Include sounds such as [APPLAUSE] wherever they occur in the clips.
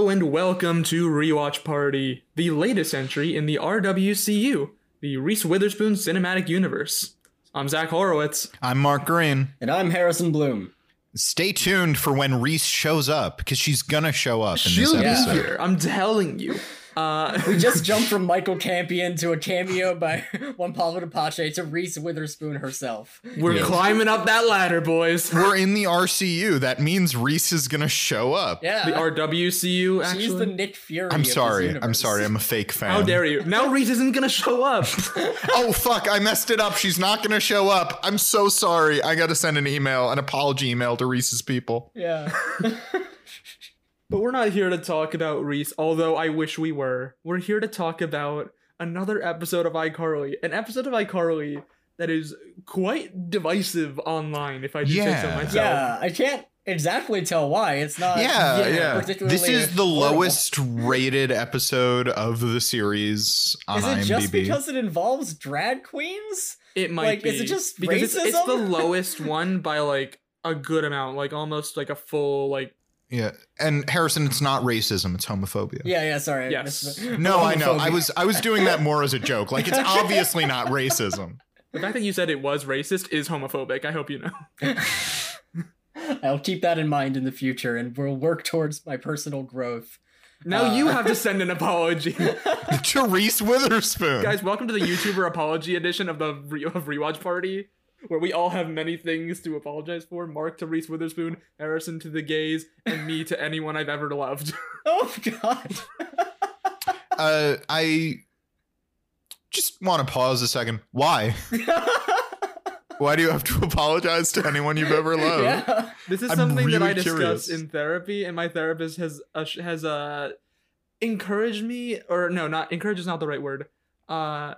welcome to Rewatch Party, the latest entry in the RWCU, the Reese Witherspoon Cinematic Universe. I'm Zach Horowitz. I'm Mark Green. And I'm Harrison Bloom. Stay tuned for when Reese shows up because she's gonna show up in She'll this be episode. here. I'm telling you. Uh, We just jumped from Michael Campion to a cameo by [LAUGHS] Juan Pablo Apache to Reese Witherspoon herself. we're Yeah. climbing up that ladder, boys. The We're in the RCU. That means Reese is gonna show up. Yeah, RWCU, she's actually. the Nick Fury. I'm of this sorry. I'm universe. sorry. I'm a fake fan. How dare you? Now Reese isn't gonna show up. [LAUGHS] Oh fuck! I messed it up. She's not gonna show up. I'm so sorry. I gotta send an email, an apology email to Reese's people. [LAUGHS] Yeah, but we're not here to talk about Reese, although I wish we were. We're here to talk about another episode of iCarly, an episode of iCarly that is quite divisive online, if I do say so Yeah. myself. yeah. I can't exactly tell why it's not. Yeah, yeah. Uh, particularly This is the horrible. lowest rated episode of the series on Is it IMDb. just because it involves drag queens? It might Like, be. is it just because it's, it's the racism? [LAUGHS] lowest one by like a good amount, like almost like a full like yeah, and Harrison, it's not racism. It's homophobia. Yeah, yeah. Sorry. I Yes. missed- No, I know. I Homophobia. was I was doing that more as a joke. Like it's obviously not [LAUGHS] racism. the fact that you said it was racist is homophobic. I hope you know. Uh. I'll keep that in mind in the future, and we'll work towards my personal growth. Now Uh. you have to send an [LAUGHS] apology, to Reese [LAUGHS] Witherspoon. guys. Welcome to the YouTuber apology edition of the re- of rewatch party, where we all have many things to apologize for. Mark to Reese Witherspoon, Harrison to the gays, and me to anyone I've ever loved. Oh God. [LAUGHS] Uh, I just want to pause a second. Why? Why do you have to [LAUGHS] apologize to anyone you've ever loved? yeah. [LAUGHS] This is I'm something that really I discuss curious. in therapy, and my therapist has uh, sh- has uh encouraged me, or no, not encouraged is not the right word. Uh,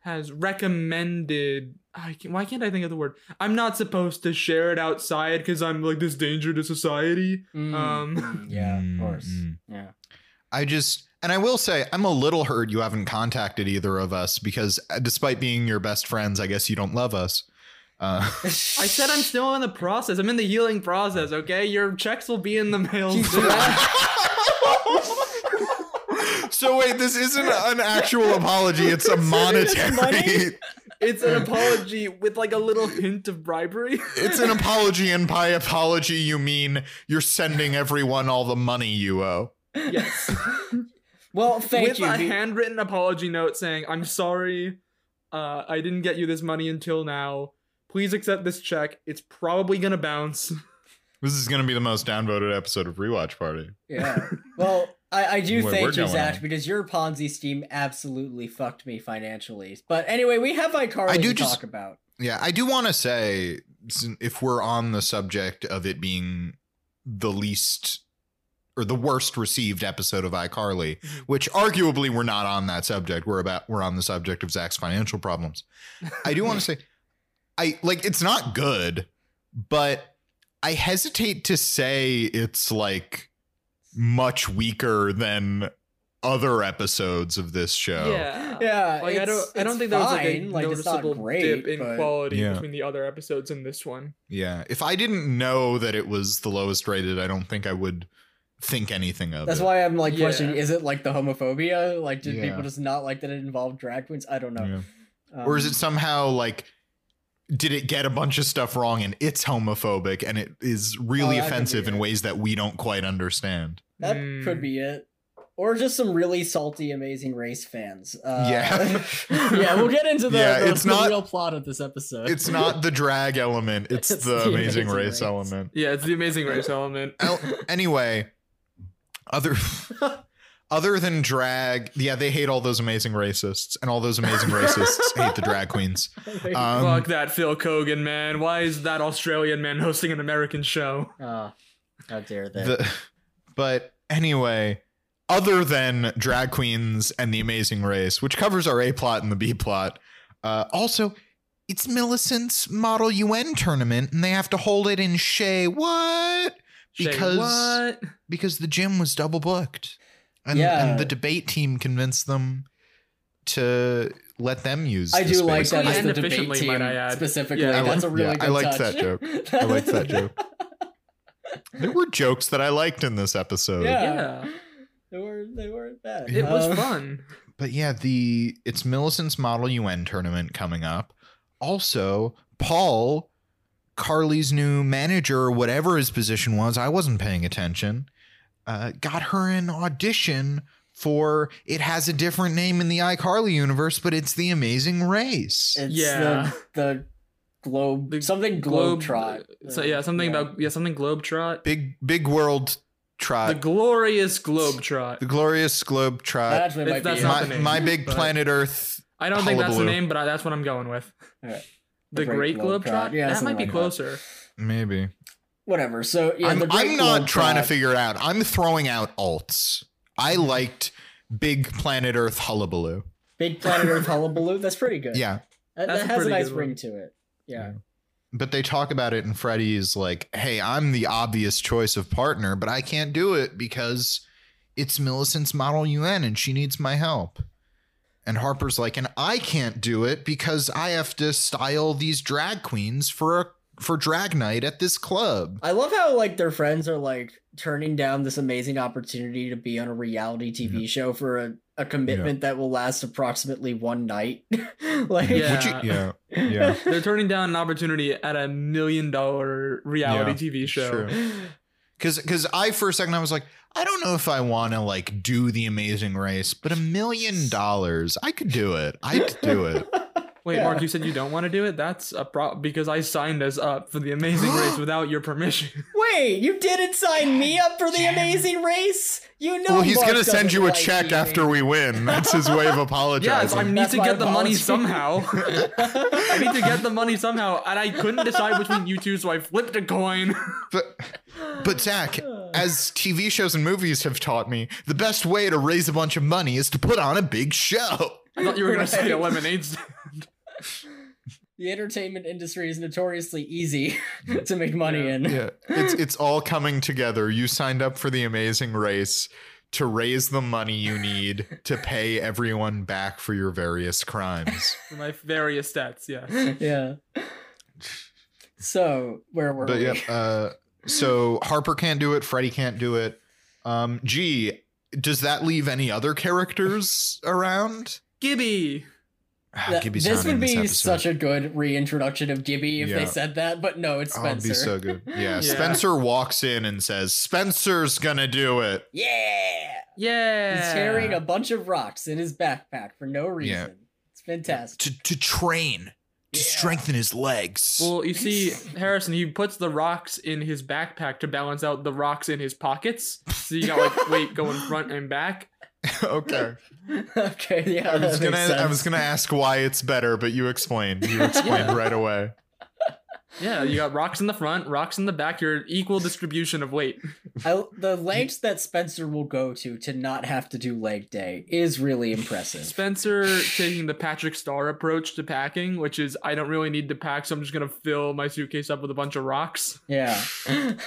has recommended. I can, why can't I think of the word? I'm not supposed to share it outside because I'm like this danger to society. Um. [LAUGHS] Mm, yeah, of Mm, course. mm. Yeah. I just, and I will say, I'm a little hurt you haven't contacted either of us because, uh, despite being your best friends, I guess you don't love us. [LAUGHS] Uh, [LAUGHS] I said I'm still in the process. I'm in the healing process. Okay, your checks will be in the mail. He's soon. right. so wait, this isn't an actual apology; it's a Considering it's money? monetary. it's an apology with like a little hint of bribery. It's an apology, and by apology, you mean you're sending everyone all the money you owe. [LAUGHS] yes. Well, thank with you. a The- handwritten apology note saying, "I'm sorry, uh, I didn't get you this money until now. Please accept this check. It's probably gonna bounce." This is going to be the most downvoted episode of Rewatch Party. yeah. [LAUGHS] Well, I, I Where do we're thank you, going Zach, on. because your Ponzi scheme absolutely fucked me financially. But anyway, we have iCarly I do to just- talk about. Yeah, I do want to say s- if we're on the subject of it being the least or the worst received episode of iCarly, which arguably we're not on that subject. We're about we're on the subject of Zach's financial problems. I do want to say I like it's not good, but I hesitate to say it's like much weaker than other episodes of this show. Yeah. Yeah. Like I don't, it's- I don't it's think there was like a fine, like, it's not noticeable great, dip in but- quality Yeah. between the other episodes and this one. Yeah. If I didn't know that it was the lowest rated, I don't think I would think anything of That's it. why I'm like Yeah. questioning: Is it like the homophobia? Like, did Yeah. people just not like that it involved drag queens? I don't know. Yeah. Um, Or is it somehow like did it get a bunch of stuff wrong and it's homophobic and it is really that could be offensive in Oh, it. ways that we don't quite understand? that Mm. [LAUGHS] could be it, or just some really salty Amazing Race fans? Uh, [LAUGHS] yeah. [LAUGHS] yeah, [LAUGHS] we'll get into the, Yeah, the- it's the not- real plot of this episode. it's [LAUGHS] not the drag element, it's, It's the, the amazing, Amazing race, Race. element. Yeah, it's the Amazing Race element. El- anyway, other [LAUGHS] other than drag, yeah, they hate all those amazing racists and all those amazing racists hate the drag [LAUGHS] queens. Um, Fuck that Phil Kogan man. Why is that Australian man hosting an American show? Oh, how dare they? the [LAUGHS] but anyway other than drag queens and the amazing race which covers our a plot and the b plot uh also it's millicent's model un tournament and they have to hold it in shay what Shay, Because- what? because the gym was double booked and, Yeah. and the debate team convinced them to let them use I the do like space. that. Yeah, It's and the debate efficiently, team might I add. specifically. Yeah, I That's a like- really yeah, I good liked touch. that joke. [LAUGHS] I liked that joke. there were jokes that i liked in this episode Yeah. Yeah. It weren't they weren't bad. It was Um, fun. But yeah, the it's Millicent's Model UN tournament coming up. Also, Paul, Carly's new manager, or whatever his position was, I wasn't paying attention, uh, got her an audition for it has a different name in the iCarly universe, but it's the Amazing Race. It's Yeah. the, the globe The uh, something globe trot. So yeah, something about yeah, something Globetrot. Big big world The trot. glorious Globetrot. The glorious globe trot. That's what it It's- might that's be. not My, the name, my big but- planet Earth I don't think that's the Hullabaloo. name, but I, that's what I'm going with. Alright. The, The Great Great Globetrot. Globetrot. Yeah, that might something be like that. closer. Maybe. Whatever. So yeah, I'm, the I'm Great not Globe trying Trot- to figure it out. I'm throwing out alts. I Mm-hmm. liked Big Planet Earth Hullabaloo. [LAUGHS] Big Planet Earth Hullabaloo. That's pretty good. Yeah. That, That's a that has a pretty nice good ring one. to it. Yeah. But they talk about it, and Freddy is like, hey, I'm the obvious choice of partner, but I can't do it because it's Millicent's Model UN and she needs my help. And Harper's like, and I can't do it because I have to style these drag queens for a for drag night at this [LAUGHS] club. I love how like their friends are like turning down this amazing opportunity to be on a reality TV show for a, a commitment that will last approximately one night. [LAUGHS] like Yeah. Would you- yeah. yeah. They're turning down an opportunity at a million dollar reality Yeah, TV show. true. Cause, cause I for a second I was like, I don't know if I want to like do the Amazing Race, but a million dollars, I could do it. I'd do it. Wait, Yeah. Mark, you said you don't want to do it? That's a problem because I signed us up for the [GASPS] Amazing Race without your permission. [LAUGHS] Wait, you didn't sign me up for the amazing race? You know. well, he's Mark gonna send doesn't you a like check TV. [SIGHS] after we win. That's his way of yes, I apologizing. need That's to my get the money apology. [LAUGHS] somehow. I need to get the money somehow, and I couldn't decide between you two, so I flipped a coin. [LAUGHS] [LAUGHS] but, but Zach, as TV shows and movies have taught me, the best way to raise a bunch of money is to put on a big show. I thought you were gonna say a Right. lemonade [LAUGHS] stand. The entertainment industry is notoriously easy [LAUGHS] to make money Yeah. in. [LAUGHS] Yeah, it's it's all coming together. You signed up for the Amazing Race to raise the money you need to pay everyone back for your various crimes. for my various stats. Yeah. [LAUGHS] [LAUGHS] yeah. So where were but we? yeah, uh, so Harper can't do it. Freddy can't do it. Um, gee, does that leave any other [LAUGHS] characters around? Gibby. Ah, That- Gibby's this not in would be episode. such a good reintroduction of Gibby if Yeah. they said that, but no, it's Oh, it'd Spencer. be so good. Yeah, [LAUGHS] Yeah. Spencer walks in and says, "Spencer's gonna do it." yeah, Yeah. he's carrying a bunch of rocks in his backpack for no reason. It's fantastic. To to train to Yeah. strengthen his legs. Well, you see, Harrison, he puts the rocks in his backpack to balance out the rocks in his pockets. So you got [LAUGHS] like weight going front and back. [LAUGHS] okay. [LAUGHS] okay, yeah, I that was gonna makes I was sense. gonna ask why it's better, but you explained. [LAUGHS] You explained Yeah. right away. Yeah, you got rocks in the front, rocks in the back. Your equal distribution of weight. I, the lengths that Spencer will go to to not have to do leg day is really impressive. Spencer taking the Patrick Star approach to packing, which is I don't really need to pack, so I'm just gonna fill my suitcase up with a bunch of rocks. Yeah, Mm.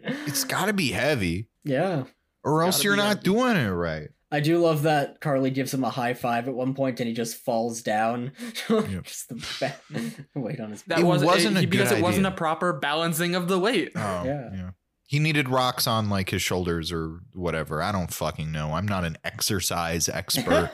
It's gotta be heavy, [LAUGHS] yeah. or else gotta you're be not heavy. doing it right. I do love that Carly gives him a high five at one point and he just falls down. [LAUGHS] Yep. just the ba- [LAUGHS] weight on his That It wasn't, wasn't a he- because good it wasn't a idea. proper balancing of the weight. Oh Yeah. He needed rocks on like his shoulders or whatever. I don't fucking know. I'm not an exercise [LAUGHS] expert.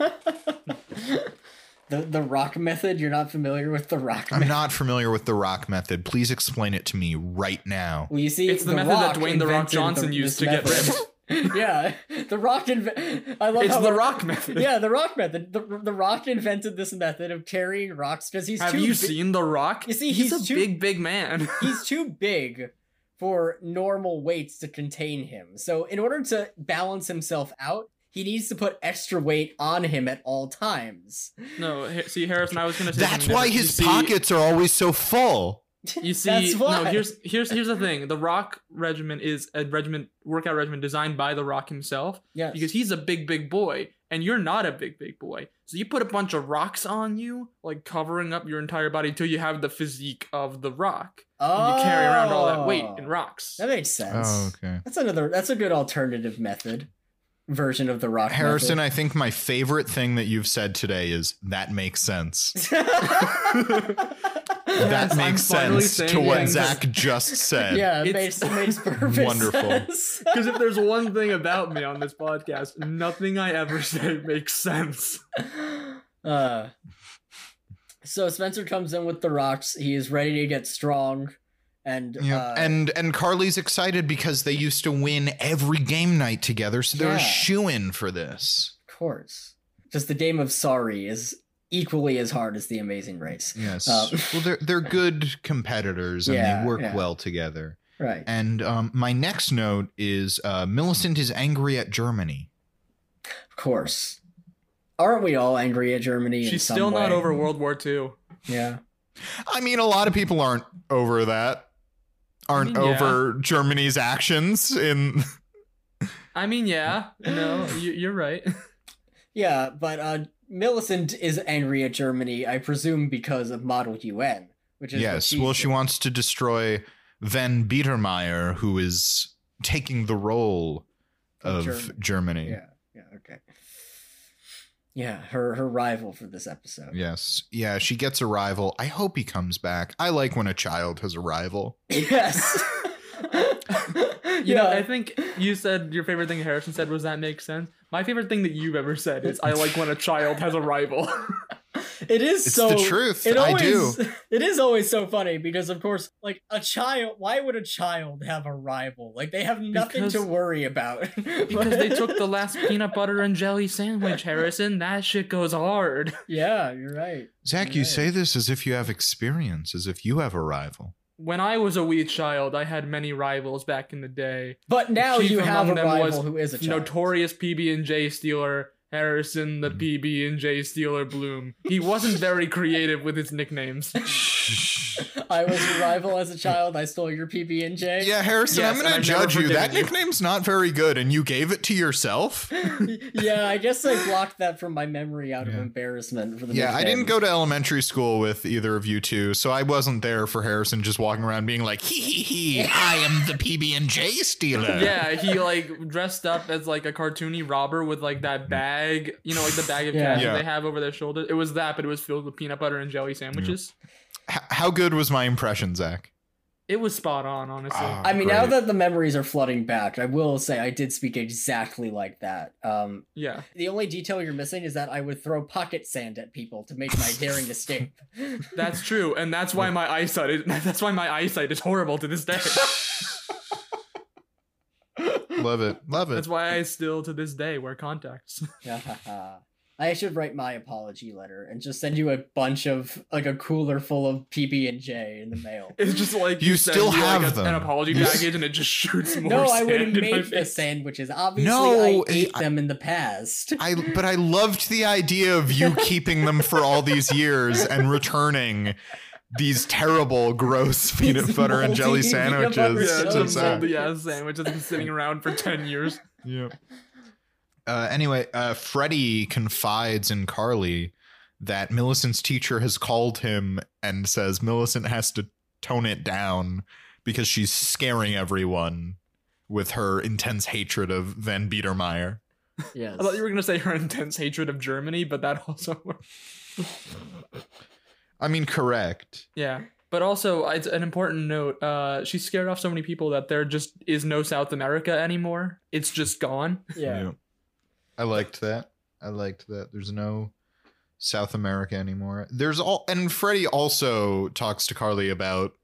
the the rock method. You're not familiar with the rock I'm method. not familiar with the rock method. Please explain it to me right now. Well, you see, It's the method that Rock Dwayne The Rock invented Johnson the- used this to get method. [LAUGHS] yeah, the Rock invented. I love It's how the rock method. [LAUGHS] Yeah, the Rock method. The, the Rock invented this method of carrying rocks because [LAUGHS] he's Have too you bi- seen The Rock? You see, he's a too- big, [LAUGHS] big [LAUGHS] man. he's too big for normal weights to contain him. So in order to balance himself out, he needs to put extra weight on him at all times. No, he- see, Harrison, I was gonna say That's you why never- his you see- pockets are always so full. You see, That's why. no, here's here's here's the thing. The Rock regimen is a regiment workout regimen designed by The Rock himself Yes. because he's a big, big boy, and you're not a big, big boy. So you put a bunch of rocks on you, like covering up your entire body till you have the physique of The Rock, and you carry around all that weight Oh. in rocks. That makes sense. Oh, okay. That's another. That's a good alternative method version of the rock. Harrison, [LAUGHS] method. I think my [LAUGHS] favorite thing that you've said today is that makes sense. that I'm makes finally sense to saying what yes. Zach just [LAUGHS] said. yeah, it It's- makes, it makes perfect Wonderful. sense. [LAUGHS] Because if there's one thing about me on this podcast, nothing I ever [LAUGHS] say makes sense. uh, so Spencer comes in with the rocks. He is ready to get strong, and Yeah. uh, and and Carly's excited because they used to win every game night together, so they're Yeah. shoo in for this. of course, just the game of sorry is equally as hard as the Amazing Race. Yes. Um. well, they're they're good competitors and Yeah, they work yeah. well together. Right. And um, my next note is uh, Millicent is angry at Germany. Of course. Aren't we all angry at Germany? in She's some still not way? over World War II. Yeah. I mean, a lot of people aren't over that. Mm, Aren't mean, yeah. over Germany's actions in I mean, yeah, no, you, you're [LAUGHS] right. Yeah, but uh, Millicent is angry at Germany, I presume, because of Model UN, which is what Yes. Well, she did. wants to destroy Van Biedermeier, who is taking the role of Germany. Yeah. Yeah. Okay. Yeah, her her rival for this episode. Yes. Yeah, she gets a rival. I hope he comes back. I like when a child has a rival. [LAUGHS] Yes. You know, I think you said your favorite thing Harrison said was that makes sense. My favorite thing that you've ever said is I like when a child has a rival. [LAUGHS] it is It's so the truth. I do. [LAUGHS] It is always so funny because, of course, like a child. Why would a child have a rival? Like they have nothing to Because- worry about. [LAUGHS] because they took the last peanut butter and jelly sandwich, Harrison. That shit goes hard. yeah, you're right. Zach, you Right. say this as if you have experience, as if you have a rival. When I was a wee child, I had many rivals back in the day. But now chief you have a among them was rival who is a child. Notorious PB and J stealer Harrison, Mm-hmm. the PB and J stealer Bloom. He wasn't very creative with his nicknames. I was your rival as a child. I stole your PB and J. Yeah, Harrison, Yes, I'm and going to I've judge never you. That forgiven you. nickname's not very good, and you gave it to yourself. [LAUGHS] yeah, I guess I blocked that from my memory out of Yeah. embarrassment for the. Yeah, I nickname. didn't go to elementary school with either of you two, so I wasn't there for Harrison just walking around being like, "Hee hee hee, I am the PB and J stealer." yeah, he like dressed up as like a cartoony robber with like that bag, you know, like the bag of Yeah. cash that Mm. Yeah. they have over their shoulder. It was that, but it was filled with peanut butter and jelly sandwiches. H- how good was my impression, Zach? It was spot on, honestly. Ah, I mean, now great. that the memories are flooding back, I will say I did speak exactly like that. Um, yeah. the only detail you're missing is that I would throw pocket sand at people to make my [LAUGHS] daring escape. [LAUGHS] That's true, and that's why my eyesight is, [LAUGHS] that's why my eyesight is horrible to this [LAUGHS] day. love it, love it. That's why I still to this day wear contacts. [LAUGHS] I should write my apology letter and just send you a bunch of like a cooler full of PB and J in the mail. It's just like You send still me, like, have a- them. an apology You s- package, and it just shoots more. No, I sand would have in my made the face. sandwiches. Obviously, No, I ate I- them in the [LAUGHS] past. I but I loved the idea of [LAUGHS] you keeping them for all these years and returning these terrible, gross peanut These butter and jelly moldy peanut butter Yeah, sandwiches It's it's to a Zach. moldy ass sandwich that's been sitting around for ten years. Yeah. Uh, anyway, uh, Freddie confides in Carly that Millicent's teacher has called him and says Millicent has to tone it down because she's scaring everyone with her intense hatred of Van Biedermeier. Yes. I thought you were gonna say her intense hatred of Germany, but that [LAUGHS] also worked. I mean, correct. Yeah. But also, it's an important note. Uh, she scared off so many people that there just is no South America anymore. It's just gone. yeah. I liked that. I liked that. There's no South America anymore. There's all and Freddie also talks to Carly about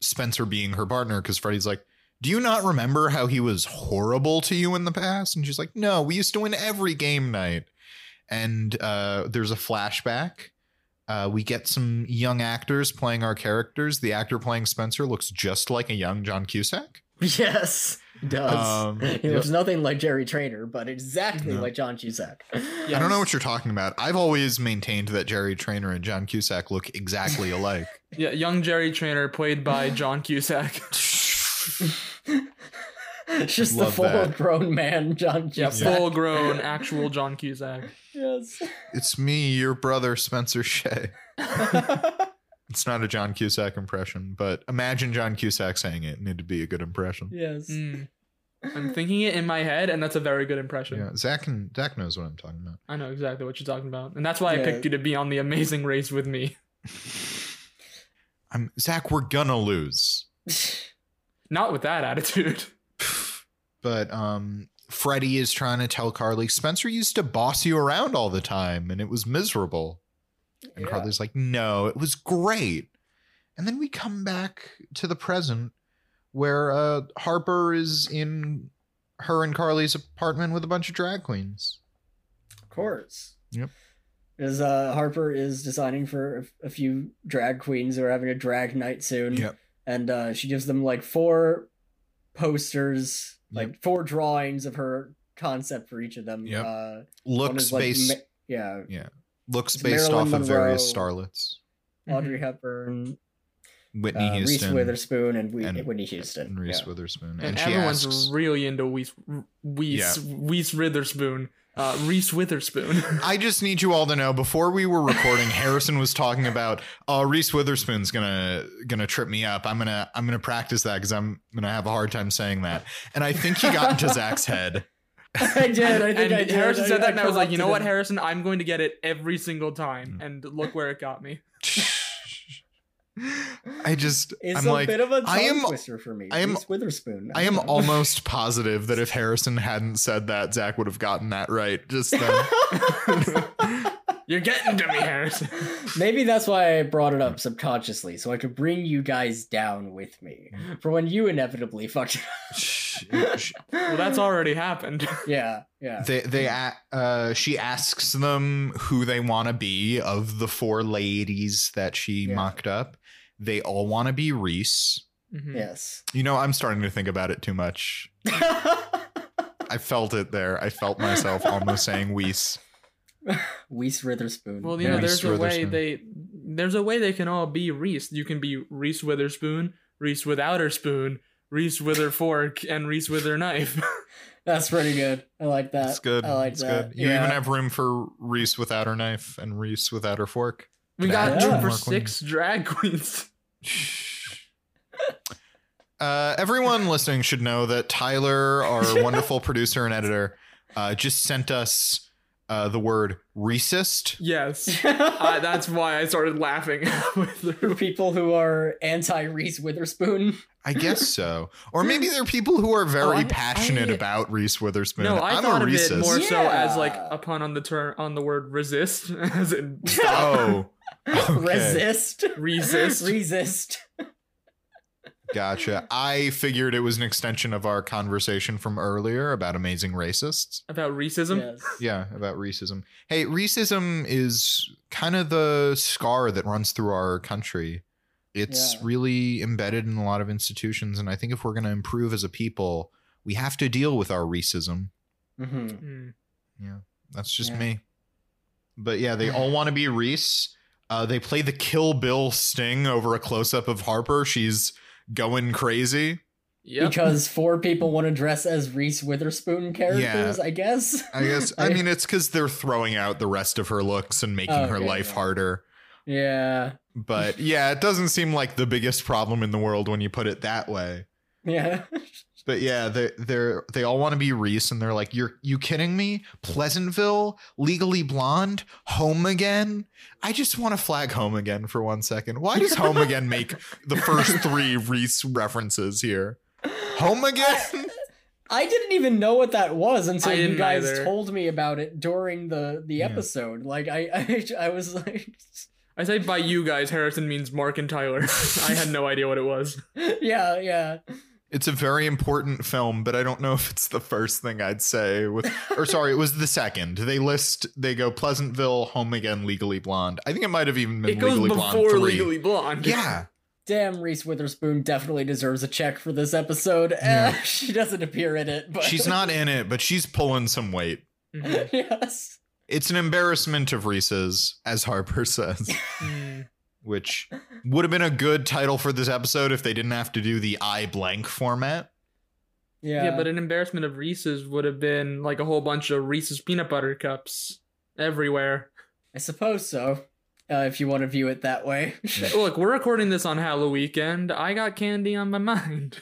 Spencer being her partner because Freddie's like, Do you not remember how he was horrible to you in the past? And she's like, No, we used to win every game night. And uh, there's a flashback. Uh, we get some young actors playing our characters. The actor playing Spencer looks just like a young John Cusack. [LAUGHS] Yes. Does. [LAUGHS] Um, he yep. looks nothing like Jerry Trainer, but exactly No. like John Cusack. I don't know what you're talking about. I've always maintained that Jerry Trainer and John Cusack look exactly alike. Yeah, young Jerry Trainer, played by John Cusack. [LAUGHS] It's [LAUGHS] just Love the full that. grown man, John Yeah, Cusack. full [LAUGHS] grown, actual John Cusack. [LAUGHS] Yes. it's me, your brother Spencer Shea. It's not a John Cusack impression, but imagine John Cusack saying it, and it'd be a good impression. yes. [LAUGHS] Mm. I'm thinking it in my head, and that's a very good impression. Yeah, Zach and Zach knows what I'm talking about. [LAUGHS] I know exactly what you're talking about, and that's why I Yeah. picked you to be on the Amazing Race with me. I'm Zach. We're gonna lose. Not with that attitude. But um, Freddie is trying to tell Carly Spencer used to boss you around all the time, and it was miserable. And Yeah. Carly's like, no, it was great. And then we come back to the present where uh, Harper is in her and Carly's apartment with a bunch of drag queens. Of course. Yep. As uh, Harper is designing for a, a few drag queens who are having a drag night soon. And uh, she gives them like four posters, like four drawings of her concept for each of them. Yep. Uh, one Looks is, like, based Ma- yeah. looks it's based off Marilyn of various Monroe. starlets. Audrey Hepburn, Mm-hmm. Whitney uh, Reese Houston Witherspoon, and, we- and- Whitney Houston. and Reese Yeah. Witherspoon, and, And, she everyone's asks, really into Weiss, Weiss, Weiss Witherspoon. Uh, Reese [LAUGHS] Witherspoon. [LAUGHS] I just need you all to know before we were recording, Harrison was talking about uh Reese Witherspoon's gonna gonna trip me up. I'm gonna I'm gonna practice that because I'm gonna have a hard time saying that. And I think he got into Zach's head. [LAUGHS] I did. I think and I did. Harrison said that, and I was like, you know what, corrected Harrison, him. I'm going to get it every single Mm. time. And look where it got me. I just It's I'm a like bit of a I am- tongue twister for me. I am- Reese Witherspoon. I [LAUGHS] am don't know. almost positive that if Harrison hadn't said that, Zach would have gotten that right. Just then. You're getting to me, Harrison. [LAUGHS] Maybe that's why I brought it up subconsciously, so I could bring you guys down with me Mm. for when you inevitably fucked it up. Well, that's already happened. Yeah, yeah. they they a- uh she asks them who they want to be of the four ladies that she Yeah. mocked up they all want to be reese Mhm. yes. [LAUGHS] you know i'm starting to think about it too much i felt it there i felt [LAUGHS] myself almost saying reese Reese Witherspoon. Well, you Yeah. know, Reese there's a way Witherspoon. they there's a way they can all be Reese. You can be Reese Witherspoon, Reese without her spoon, Reese with her fork, and Reese with her [LAUGHS] knife. that's pretty good. I like that. it's good Uh, I like it's that. good you Yeah. even have room for reese without her knife and reese without her fork We Can I got room add two for more six drag queens. [LAUGHS] Uh, everyone listening should know that Tyler, [LAUGHS] our wonderful producer and editor, uh, just sent us uh, the word racist. Yes. [LAUGHS] Uh, that's why I started laughing [LAUGHS] halfway For through. people who are anti Reese Witherspoon. I guess [LAUGHS] so. Or maybe there are people who are Oh, very I- passionate I- about Reese Witherspoon. No, I I'm thought a of it racist. more so as like Yeah. a pun on the term on the word resist, [LAUGHS] as [LAUGHS] in [LAUGHS] Oh, [LAUGHS] Okay. [LAUGHS] Resist. resist. [LAUGHS] Resist. gotcha. I figured it was an extension of our conversation from earlier about amazing racists. about racism. Yes. Yeah, about racism. Hey, racism is kind of the scar that runs through our country. It's Yeah. really embedded in a lot of institutions. And I think if we're going to improve as a people, we have to deal with our racism. hmm Mm. That's just Yeah. me. But yeah, they all want to be [LAUGHS] Reese. Uh, they play the Kill Bill sting over a close up of Harper. She's going crazy. Yep. Because four people want to dress as Reese Witherspoon characters, I guess. I guess, [LAUGHS] I mean, it's because they're throwing out the rest of her looks and making her Oh, Okay, life yeah. harder. Yeah. But yeah, it doesn't seem like the biggest problem in the world when you put it that way. Yeah. [LAUGHS] But yeah, they they're they all want to be Reese and they're like, You're you kidding me? Pleasantville, legally blonde, home again? I just want to flag home again for one second. Why does home again make the first three Reese references here? Home again? I didn't even know what that was until I you didn't guys either. told me about it during the the Yeah. episode. Like I, [LAUGHS] I I was like [LAUGHS] I say by you guys, Harrison means Mark and Tyler. [LAUGHS] I had no idea what it [LAUGHS] was. Yeah, yeah. [LAUGHS] It's a very important film, but I don't know if it's the first thing I'd say with or sorry, it was the second. They list they go Pleasantville, home again, legally blonde. I think it might have even been It goes legally blonde before 3. Legally Blonde. Yeah. Damn, Reese Witherspoon definitely deserves a check for this episode. Yeah. Eh, [LAUGHS] she doesn't appear in it, but She's not in it, but she's pulling some weight. Mm-hmm. [LAUGHS] Mhm. [LAUGHS] yes. It's an embarrassment of Reese's, as Harper [LAUGHS] says, Mm. which would have been a good title for this episode if they didn't have to do the I blank format. Yeah. Yeah. but an embarrassment of Reese's would have been like a whole bunch of Reese's peanut butter cups everywhere. I suppose so. Uh, if you want to view it that way. [LAUGHS] Look, [LAUGHS] we're recording this on Halloween weekend. I got candy on my mind.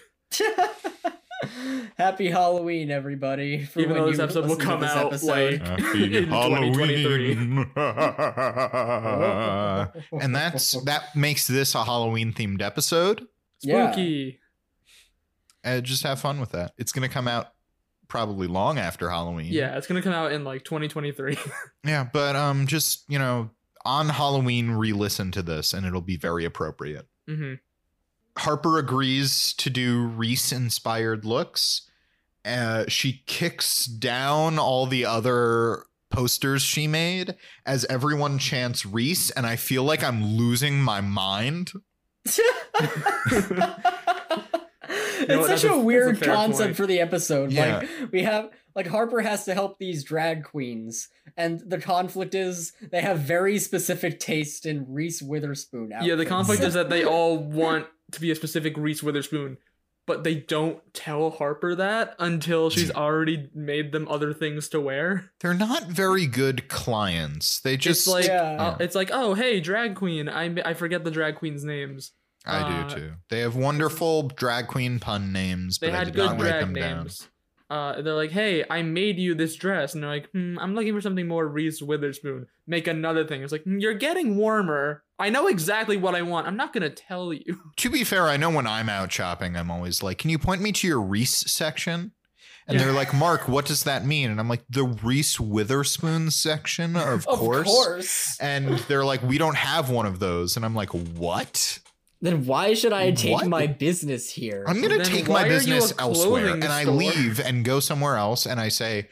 Happy Halloween, everybody. for Even when though this you episode will listen to come this out, episode. like, [LAUGHS] In 2023. Halloween. [LAUGHS] Uh, and that's that makes this a Halloween themed episode. Yeah. Spooky. Uh, just have fun with that. It's gonna come out probably long after Halloween. Yeah, it's gonna come out in like [LAUGHS] 2023. Yeah, but um, just you know, on Halloween, re-listen to this, and it'll be very appropriate. hmm Harper agrees to do Reese inspired looks. Uh, she kicks down all the other posters she made as everyone chants Reese, and I feel like I'm losing my mind. know it's what, such that's a, a- that's a weird fair concept point. for the episode. Yeah. Like we have like Harper has to help these drag queens, and the conflict is they have very specific taste in Reese Witherspoon. Outfits. Yeah, the conflict is [LAUGHS] that they all want to be a specific Reese Witherspoon, but they don't tell Harper that until she's already made them other things to wear. They're not very good clients. They just it's like yeah. uh, it's like, oh hey, drag queen. I I forget the drag queen's names. I do uh, too. They have wonderful drag queen pun names, They but I had did good not write drag them down. names. Uh, they're like, hey, I made you this dress, and they're like, hmm, I'm looking for something more Reese Witherspoon. Make another thing. It's like, "Hmm, you're getting warmer. I know exactly what I want. I'm not gonna tell you. [LAUGHS] To be fair, I know when I'm out shopping, I'm always like, "Can you point me to your Reese section?" And Yeah. they're like, "Mark, what does that mean?" And I'm like, "The Reese Witherspoon section, [LAUGHS] of, of course." course. And they're like, "We don't have one of those." And I'm like, "What? Then why should I take What? my business here? [LAUGHS] [LAUGHS] I'm [LAUGHS] gonna Then take why my are you a business elsewhere." clothing And I store? leave and go somewhere else, and I say.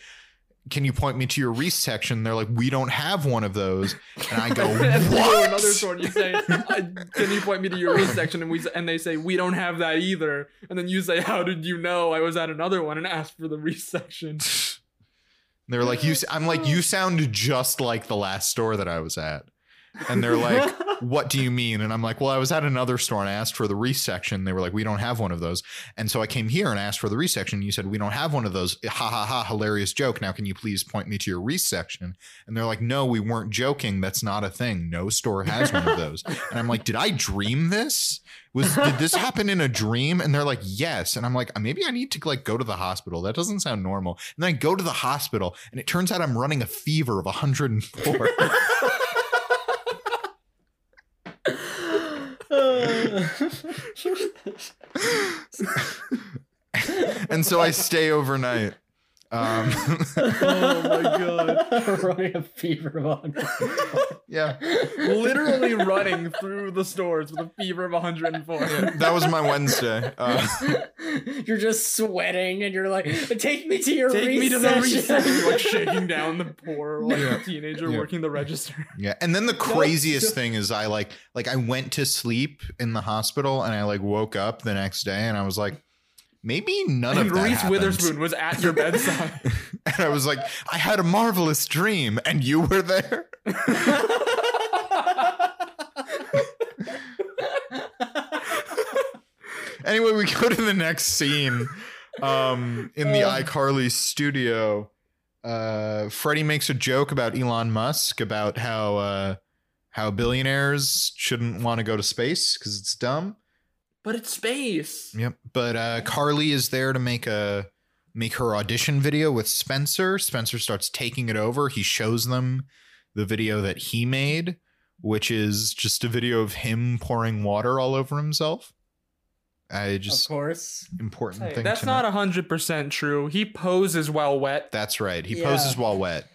Can you point me to your Reese section? They're like, we don't have one of those, and I go, [LAUGHS] And then we go to what? another store and you say, [LAUGHS] uh, "Can you point me to your Reese section?" And we s- and they say, "We don't have that either." And then you say, "How did you know I was at another one and asked for the Reese [LAUGHS] section?" They're like, you. s- I'm like, you sound just like the last store that I was at. And they're like, what do you mean? And I'm like, well, I was at another store and I asked for the Reese section. They were like, we don't have one of those. And so I came here and asked for the Reese section. You said we don't have one of those. Ha ha ha! Hilarious joke. Now can you please point me to your Reese section? And they're like, no, we weren't joking. That's not a thing. No store has one of those. And I'm like, did I dream this? [LAUGHS] Was did this happen in a dream? And they're like, yes. And I'm like, maybe I need to like go to the hospital. That doesn't sound normal. And then I go to the hospital, and it turns out I'm running a fever [LAUGHS] of 104. and so I stay overnight. Um, [LAUGHS] Oh my [LAUGHS] God. Running a fever one. yeah, Literally running through the stores with a fever of 104. that was my Wednesday. Uh, [LAUGHS] you're just sweating and you're like, take me to your Take me to the recession." Reese section. Like [LAUGHS] shaking down the poor like Yeah. teenager Yeah. working the register. yeah, and then the craziest thing is I like like I went to sleep in the hospital and I like woke up the next day and I was like, maybe none and of that Reese happened. Witherspoon was at your [LAUGHS] bedside. And I was like, I had a marvelous dream, and you were there. Anyway, we go to the next scene um, in the Oh. iCarly studio. Uh, Freddie makes a joke about Elon Musk about how uh, how billionaires shouldn't want to go to space because it's dumb. but it's space. Yep. But uh, Carly is there to make a make her audition video with Spencer. Spencer starts taking it over. He shows them the video that he made, which is just a video of him pouring water all over himself. I of just course. important Hey, thing. that's to not note. 100% true. He poses while wet. That's right. He Yeah. poses while wet.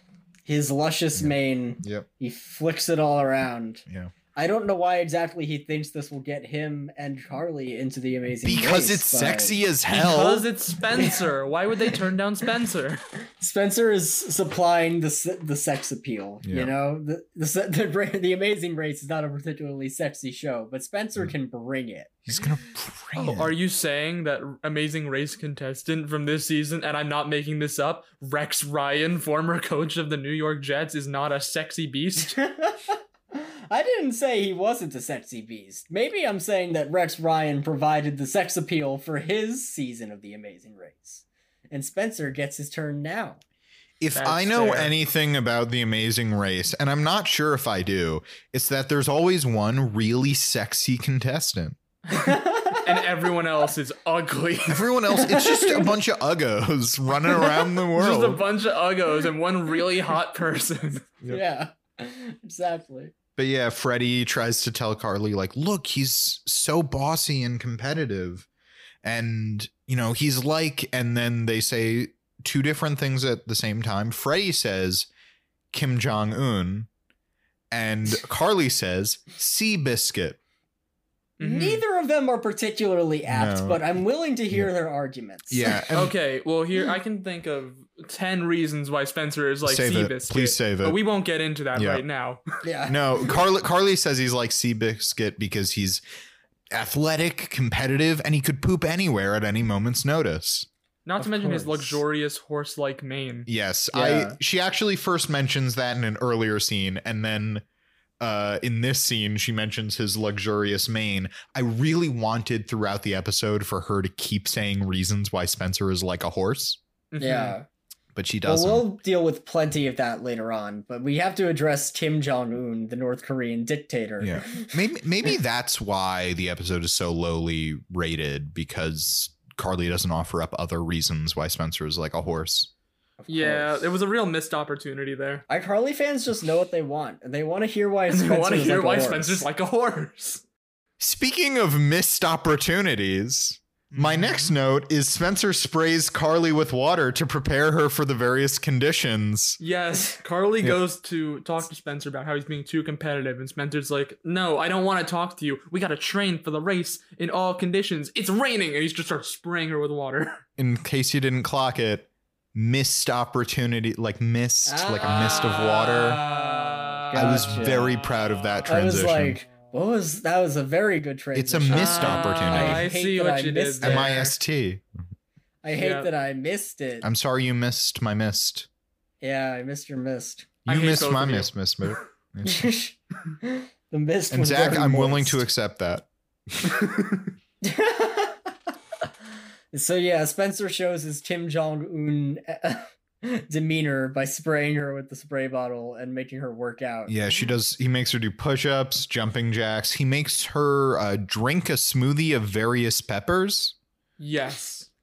His luscious mane, Yep. he flicks it all around. Yeah. I don't know why exactly he thinks this will get him and Charlie into the amazing. Because Race, it's but- sexy as hell. Because it's [LAUGHS] Spencer. Why would they turn down Spencer? Spencer is supplying the se- the sex appeal. Yeah. You know, the the, se- [LAUGHS] the Ra- the Amazing Race is not a particularly sexy show, but Spencer Mm. can bring it. [LAUGHS] He's gonna bring Oh, it. are you saying that amazing race contestant from this season, and I'm not making this up, Rex Ryan, former coach of the New York Jets, is not a sexy [LAUGHS] beast? I didn't say he wasn't a sexy beast. Maybe I'm saying that Rex Ryan provided the sex appeal for his season of the Amazing Race. And Spencer gets his turn [LAUGHS] now. If That's I know fair. anything about the amazing race, and I'm not sure if I do, it's that there's always one really sexy contestant. and [LAUGHS] everyone else is [LAUGHS] ugly. Everyone else, it's just [LAUGHS] a bunch of uggos running around the Just a world. bunch of uggos and one really hot [LAUGHS] person. Yeah, exactly. but yeah, Freddy tries to tell Carly, like, look, he's so bossy and competitive. And, you know, he's like, and then they say two different things at the same time. Freddy says Kim Jong Un, [LAUGHS] and Carly says Sea Biscuit. Mhm. Neither of them are particularly apt, Mm-hmm. No. but I'm willing to hear Yeah. their [LAUGHS] arguments. Yeah. And Okay, well here I can think of ten reasons why Spencer is like save sea it. biscuit. Please save but it. we won't get into that Yeah. right now. [LAUGHS] [LAUGHS] yeah. no, Carly, Carly says he's like Seabiscuit because he's athletic, competitive, and he could poop anywhere at any moment's notice. Not to Of mention his course. luxurious horse-like mane. Yes, Yeah. I she actually first mentions that in an earlier scene and then uh in this scene she mentions his luxurious mane. I really wanted throughout the episode for her to keep saying reasons why Spencer is like a horse, [LAUGHS] Mhm. Yeah. but she Well, doesn't. we'll deal with plenty of that later on, but we have to address Kim Jong Un, the North Korean dictator. Yeah. maybe maybe that's why the episode is so lowly rated because Carly doesn't offer up other reasons why Spencer is like a horse. [LAUGHS] Of Yeah, course. it was a real missed opportunity there. iCarly fans just know what they want, and they want to hear why And [LAUGHS] they Spencer want to is hear like a why horse. Spencer's like a [LAUGHS] horse. Speaking of missed opportunities, my Mm-hmm. next note is Spencer sprays Carly with water to prepare her for the various conditions. Yes, Carly Yeah. goes to talk to Spencer about how he's being too competitive, and Spencer's like, "No, I don't want to talk to you. We got to train for the race in all conditions. It's raining," and he just starts spraying her with water. [LAUGHS] In case you didn't clock it, missed opportunity, like mist, like a mist of water. Ah, I was Gotcha. very proud of that I was transition. like, what was that? Was a very good transition. It's a missed Ah, opportunity. I I hate see that what I you did. missed There. that. M I S T. I hate Yeah. that I missed it. I'm sorry you missed my mist. yeah, I missed your missed. I You hate missed both my of you. miss, [LAUGHS] miss, miss. [LAUGHS] the mist. And was Zach, very I'm willing to moist. accept that. [LAUGHS] so yeah, Spencer shows his Kim Jong Un [LAUGHS] demeanor by spraying her with the spray bottle and making her work out. Yeah, she does. He makes her do push ups, jumping jacks. He makes her uh, drink a smoothie of various peppers. Yes. [GASPS]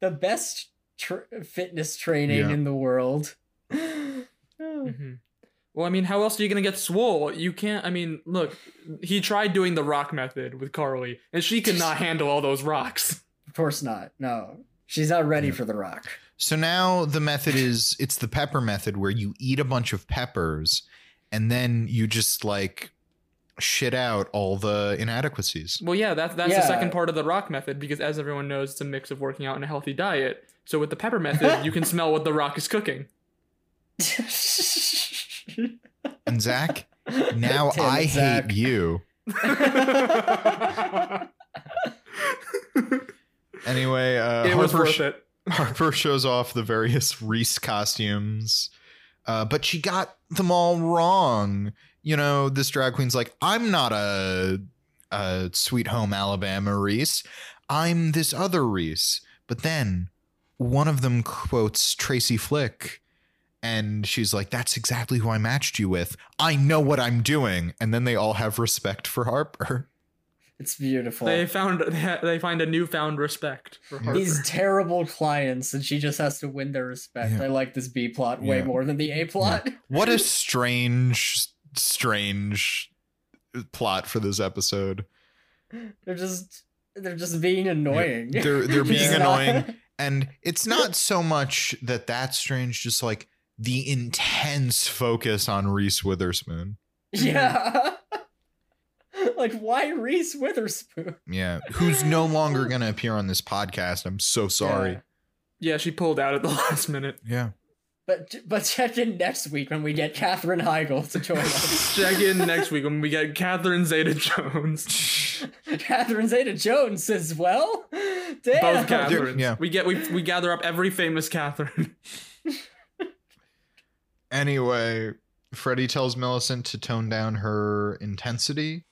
The best tr- fitness training Yeah. in the world. [SIGHS] Mhm. Well, I mean, how else are you gonna get swole? You can't. I mean, look, he tried doing the rock method with Carly, and she could not handle all those rocks. Of course not. No, she's not ready Yeah. for the rock. [LAUGHS] So now the method is it's the pepper method where you eat a bunch of peppers and then you just like shit out all the inadequacies. Well, yeah, that, that's the Yeah. second part of the rock method because, as everyone knows, it's a mix of working out and a healthy diet. So with the pepper method, you can [LAUGHS] smell what the rock is [LAUGHS] cooking. And [LAUGHS] Zach, now Damn it, I Zach. hate you. Uh, it Anyway, uh, was Harper, worth it. Harper shows off the various Reese costumes, uh, but she got them all wrong. You know, this drag queen's like, I'm not a, a sweet home Alabama Reese. I'm this other Reese. But then one of them quotes Tracy Flick, and she's like, That's exactly who I matched you with. I know what I'm doing. And then they all have respect for Harper. It's beautiful. They found they find a newfound respect for Harper. These terrible clients, and she just has to win their respect. Yeah. I like this B plot way Yeah. more than the A plot. What a strange, strange plot for this episode. They're just they're just being annoying. [LAUGHS] They're they're being Yeah. annoying, and it's not so much that that's strange, just like the intense focus on Reese Witherspoon. [LAUGHS] yeah. [LAUGHS] like why Reese Witherspoon? Yeah, who's no longer gonna appear on this podcast. I'm so sorry. Yeah. yeah, she pulled out at the [LAUGHS] last minute. Yeah, But but check in next week when we get Katherine Heigl to [LAUGHS] join us. Check in next week when we get Catherine Zeta Jones. Catherine Zeta Jones as well. Damn. Both Catherines. yeah. We get we, we gather up every famous Catherine. [LAUGHS] [LAUGHS] Anyway, Freddie tells Millicent to tone down her intensity.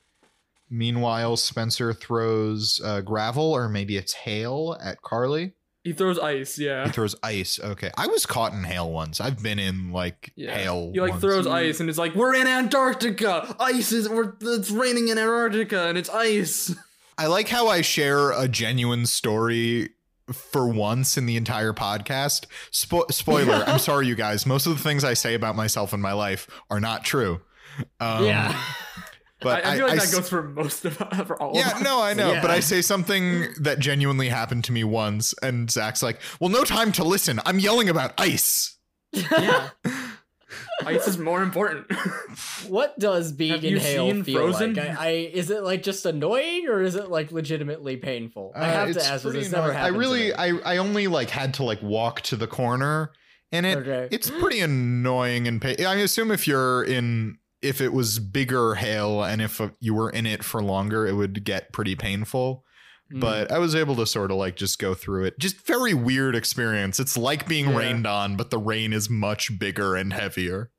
Meanwhile, Spencer throws uh, gravel or maybe it's hail at Carly. He throws ice, He yeah. throws ice. Okay, I was caught in hail once. I've been in like Yeah. hail. He like once. throws ice and it's like, we're in Antarctica! Ice is we're, it's raining in Antarctica and it's ice. I like how I share a genuine story for once in the entire podcast. Spo- spoiler, I'm sorry, you guys. Most of the things I say about myself and my life are not true. Um, yeah. But I, I feel like that s- goes for most of [LAUGHS] for all. yeah, of us. no, I know, but Yeah. I say something that genuinely happened to me once, and Zach's like, "Well, no time to listen. I'm yelling about ice." yeah. [LAUGHS] Ice is more important. [LAUGHS] What does being Have you seen inhaled feel Frozen? like? I, I is it like just annoying or is it like legitimately painful? I Uh, have to it's ask. 'cause pretty This never annoying. happened. I to really, me. I, I only like had to like walk to the corner, and it okay. it's pretty annoying and pain. I assume if you're in, if it was bigger hail, and if uh, you were in it for longer, it would get pretty painful. Mm. But I was able to sort of like just go through it. Just very weird experience. It's like being Yeah. rained on, but the rain is much bigger and heavier.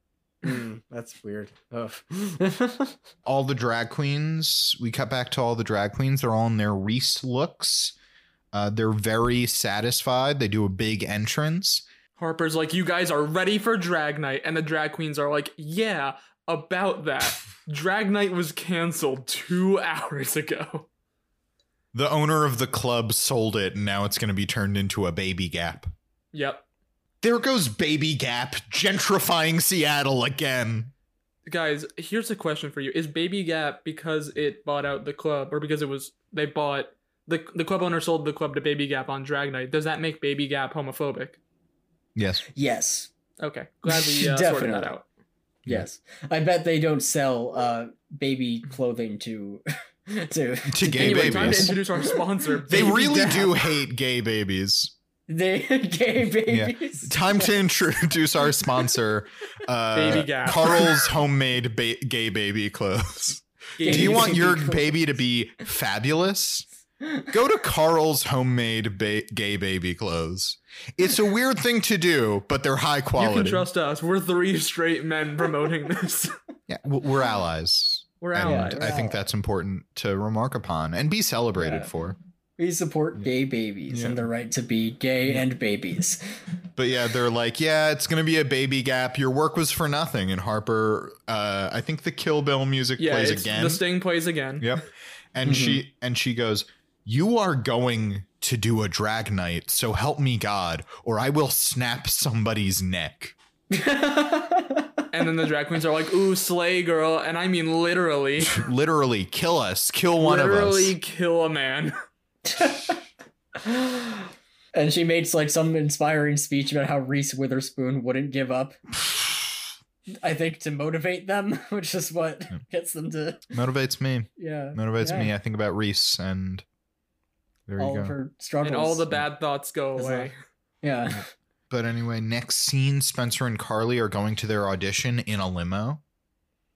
Mm, that's weird. Ugh. [LAUGHS] all the drag queens we cut back to all the drag queens they're all in their reese looks uh, they're very satisfied they do a big entrance Harper's like, you guys are ready for Drag Night, and the drag queens are like, yeah, about [LAUGHS] that. Drag Night was canceled two hours ago. the owner of the club sold it and now it's going to be turned into a baby gap Yep, there goes baby gap gentrifying seattle again guys. Here's a question for you: Is Baby Gap because it bought out the club, or because it was they bought the the club owner sold the club to Baby Gap on Drag Night? Does that make Baby Gap homophobic? yes yes. Okay, glad we [LAUGHS] uh, sorted that Definitely. out. Yes. I bet they don't sell uh baby clothing to [LAUGHS] to to gay anyway, time to babies introduce our sponsor. [LAUGHS] they Baby really Gap. do hate gay babies they [LAUGHS] gay babies. Time to introduce [LAUGHS] our sponsor, uh, Baby Gap. Carl's homemade ba- gay [LAUGHS] baby clothes. Do you Baby want your clothes. baby to be fabulous? Go to Carl's homemade ba- gay baby clothes. It's a weird thing to do, but they're high You quality. can trust us. We're three straight men promoting [LAUGHS] this. yeah, w- we're allies. We're allies. And I think that's important to remark upon and be celebrated Yeah. for. We support gay babies Yeah. and the right to be gay and babies. [LAUGHS] But yeah, they're like, yeah, it's gonna be a baby gap. Your work was for nothing. And Harper, uh, I think the Kill Bill music yeah, plays it's- again. the sting plays again. Yep. And Mhm. she and she goes, "You are going to do a drag night, so help me God, or I will snap somebody's neck." And then the drag queens are like, "Ooh, slay girl," and I mean literally, Literally kill us, kill one literally of us. kill a man. and she makes like some inspiring speech about how Reese Witherspoon wouldn't give up. I think to motivate them, [LAUGHS] which is what gets them to Motivates me. yeah. Motivates Yeah. me. I think about Reese and there all you of go. her struggles. And all the bad thoughts go Is away. yeah. But anyway, next scene, Spencer and Carly are going to their audition in a limo.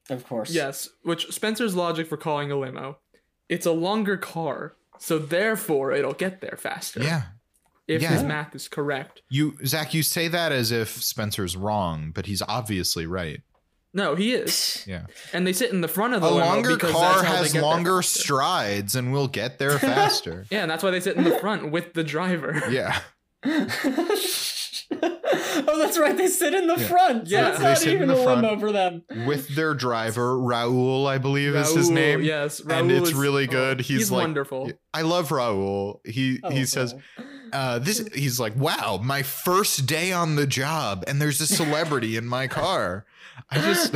Of course. Yes, which Spencer's logic for calling a limo, it's a longer car, so therefore it'll get there faster. Yeah. if yeah. his math is correct. You Zach, you say that as if Spencer's wrong, but he's obviously right. No, he is. [SIGHS] Yeah. And they sit in the front of the a limo longer because car that's how they has get there longer faster. strides and we'll [LAUGHS] get there faster Yeah, and that's why they sit in the front with the driver. [LAUGHS] yeah [LAUGHS] oh, that's right. They sit in the Yeah. front. Yeah. Yeah, it's They not sit in even the a front. limo for them. with their driver raul i believe is his Raoul, name Yes, and Raoul it's is- really oh, good he's, like wonderful. i love raul he Oh, he says no. uh this he's like wow my first day on the job and there's a celebrity in my car i [LAUGHS] just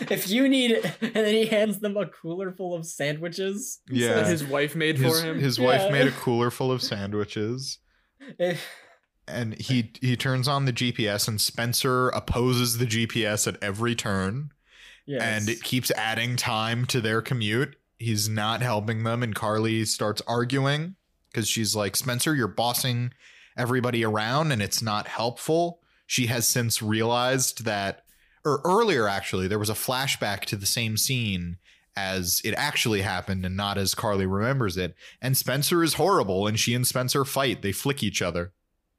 if you need, [LAUGHS] and then he hands them a cooler full of sandwiches. He Yeah. That says, his wife made his, for him. his wife Yeah. made a cooler full of sandwiches "Eh, and he he turns on the gps and spencer opposes the gps at every turn yes. and it keeps adding time to their commute. He's not helping them, and Carly starts arguing because she's like, Spencer, you're bossing everybody around and it's not helpful. She has since realized that, or earlier actually, there was a flashback to the same scene as it actually happened and not as Carly remembers it. And Spencer is horrible, and she and Spencer fight. They flick each other.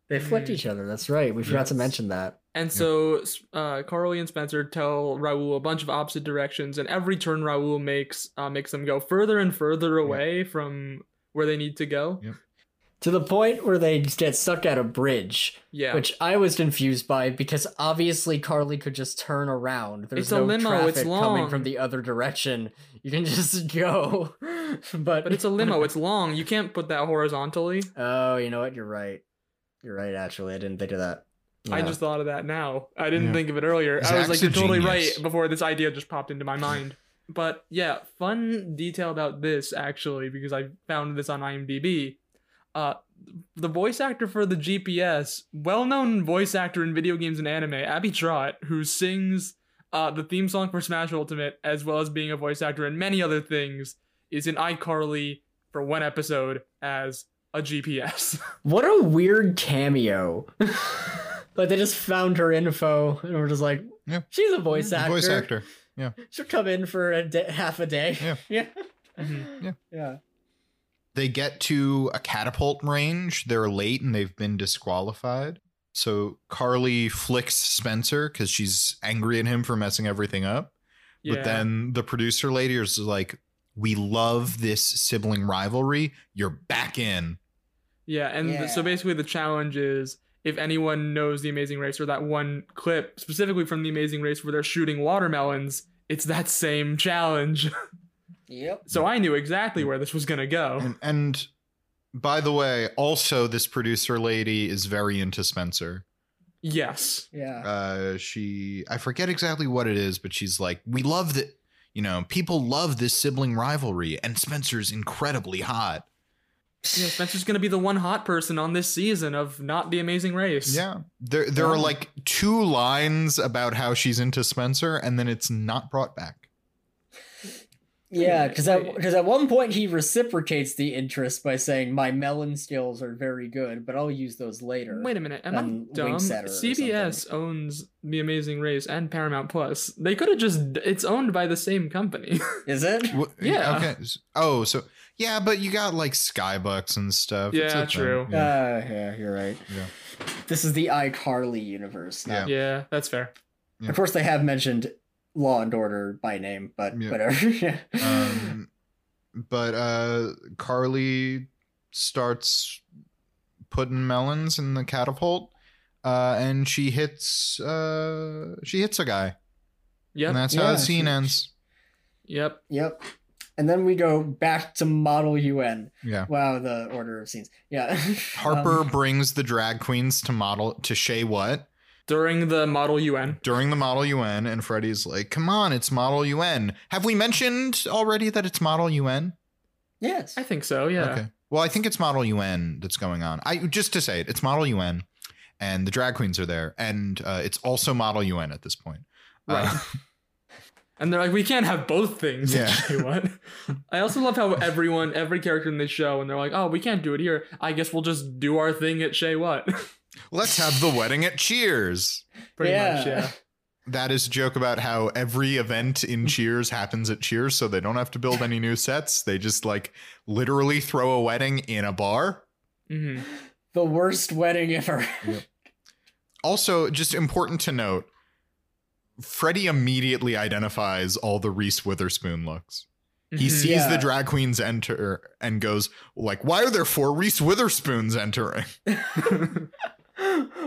they flipped each other. That's right. We forgot to Yes. mention that. And so uh, Carly and Spencer tell Raul a bunch of opposite directions, and every turn Raul makes uh, makes them go further and further away from where they need to go. Yep. to the point where they get stuck at a bridge, Yeah. which I was confused by because obviously Carly could just turn around. There's It's a no limo, traffic it's coming long. from the other direction. You can [LAUGHS] just go. but but it's a [LAUGHS] limo. It's long. You can't put that horizontally. Oh, you know what? You're right. You're right. Actually, I didn't think of that. I Yeah. just thought of that now. I didn't Yeah. think of it earlier. I was Zach's like, a you're totally genius. right before this idea just popped [LAUGHS] into my mind. But yeah, fun detail about this actually, because I found this on IMDb. Uh, the voice actor for the GPS, well known voice actor in video games and anime, Abby Trott, who sings uh, the theme song for Smash Ultimate, as well as being a voice actor in many other things, is in iCarly for one episode as a [LAUGHS] GPS. What a weird cameo. [LAUGHS] like they just found her info and we're just like, Yeah. she's a voice The actor. voice actor. She'll come in for a da- half a day. Yeah. [LAUGHS] yeah. Mhm. Yeah. Mm-hmm. Yeah. They get to a catapult range. They're late and they've been disqualified. So Carly flicks Spencer because she's angry at him for messing everything up. But then the producer lady is like, "We love this sibling rivalry. You're back in." Yeah, and th- so Yeah. basically the challenge is if anyone knows the Amazing Race or that one clip specifically from the Amazing Race where they're shooting watermelons, it's that same challenge. [LAUGHS] Yep. so I knew exactly where this was gonna go. And, and by the way, also this producer lady is very into Spencer. Yes. Yeah. Uh, she, I forget exactly what it is, but she's like, "We love that." You know, people love this sibling rivalry, and Spencer's incredibly hot. Yeah, Spencer's gonna be the one hot person on this season of not the Amazing Race. Yeah. There there are Yeah. like two lines about how she's into Spencer and then it's not brought back. Yeah. Because at, because at one point he reciprocates the interest by saying, my melon skills are very good, but I'll use those later. Wait a minute, am I And dumb? winks at her Um, or CBS owns The Amazing Race and Paramount Plus. They could have just—it's owned by the same company. Is it? Wh- Yeah. Okay. s- Oh, so yeah, but you got like Skybucks and stuff. It's Yeah, a thing. true. Yeah. Yeah. Uh, yeah, you're right. Yeah. This is the iCarly universe. Now. Yeah. yeah, that's fair. Yeah. Of course, they have mentioned Law and Order by name, but Yeah. whatever. [LAUGHS] yeah. Um but uh Carly starts putting melons in the catapult. Uh, and she hits uh she hits a guy. Yep. And that's how Yeah, the scene she- ends. yep. Yep. And then we go back to Model UN. Yeah. Wow, the order of scenes. Yeah. [LAUGHS] Harper Um, brings the drag queens to model to Shay what? During the Model UN. during the Model UN, and Freddie's like, "Come on, it's Model UN." Have we mentioned already that it's Model UN? yes. I think so. Yeah. Well, I think it's Model UN that's going on. I just to say it, it's Model UN, and the drag queens are there, and uh, it's also Model UN at this point. Right. [LAUGHS] Uh, And they're like, we can't have both things. [LAUGHS] Yeah. Actually, what? I also love how everyone, every character in this show, and they're like, oh, we can't do it here. I guess we'll just do our thing at Shea What? [LAUGHS] [LAUGHS] let's have the wedding at Cheers. Pretty yeah. much, yeah. That is a joke about how every event Mm-hmm. in Cheers happens at Cheers, so they don't have to build any new sets. They just like literally throw a wedding in a bar. hmm The worst wedding ever. [LAUGHS] also just important to note freddie immediately identifies all the reese witherspoon looks [LAUGHS] he sees Yeah. the drag queens enter and goes like why are there four reese witherspoons entering Mm-hmm.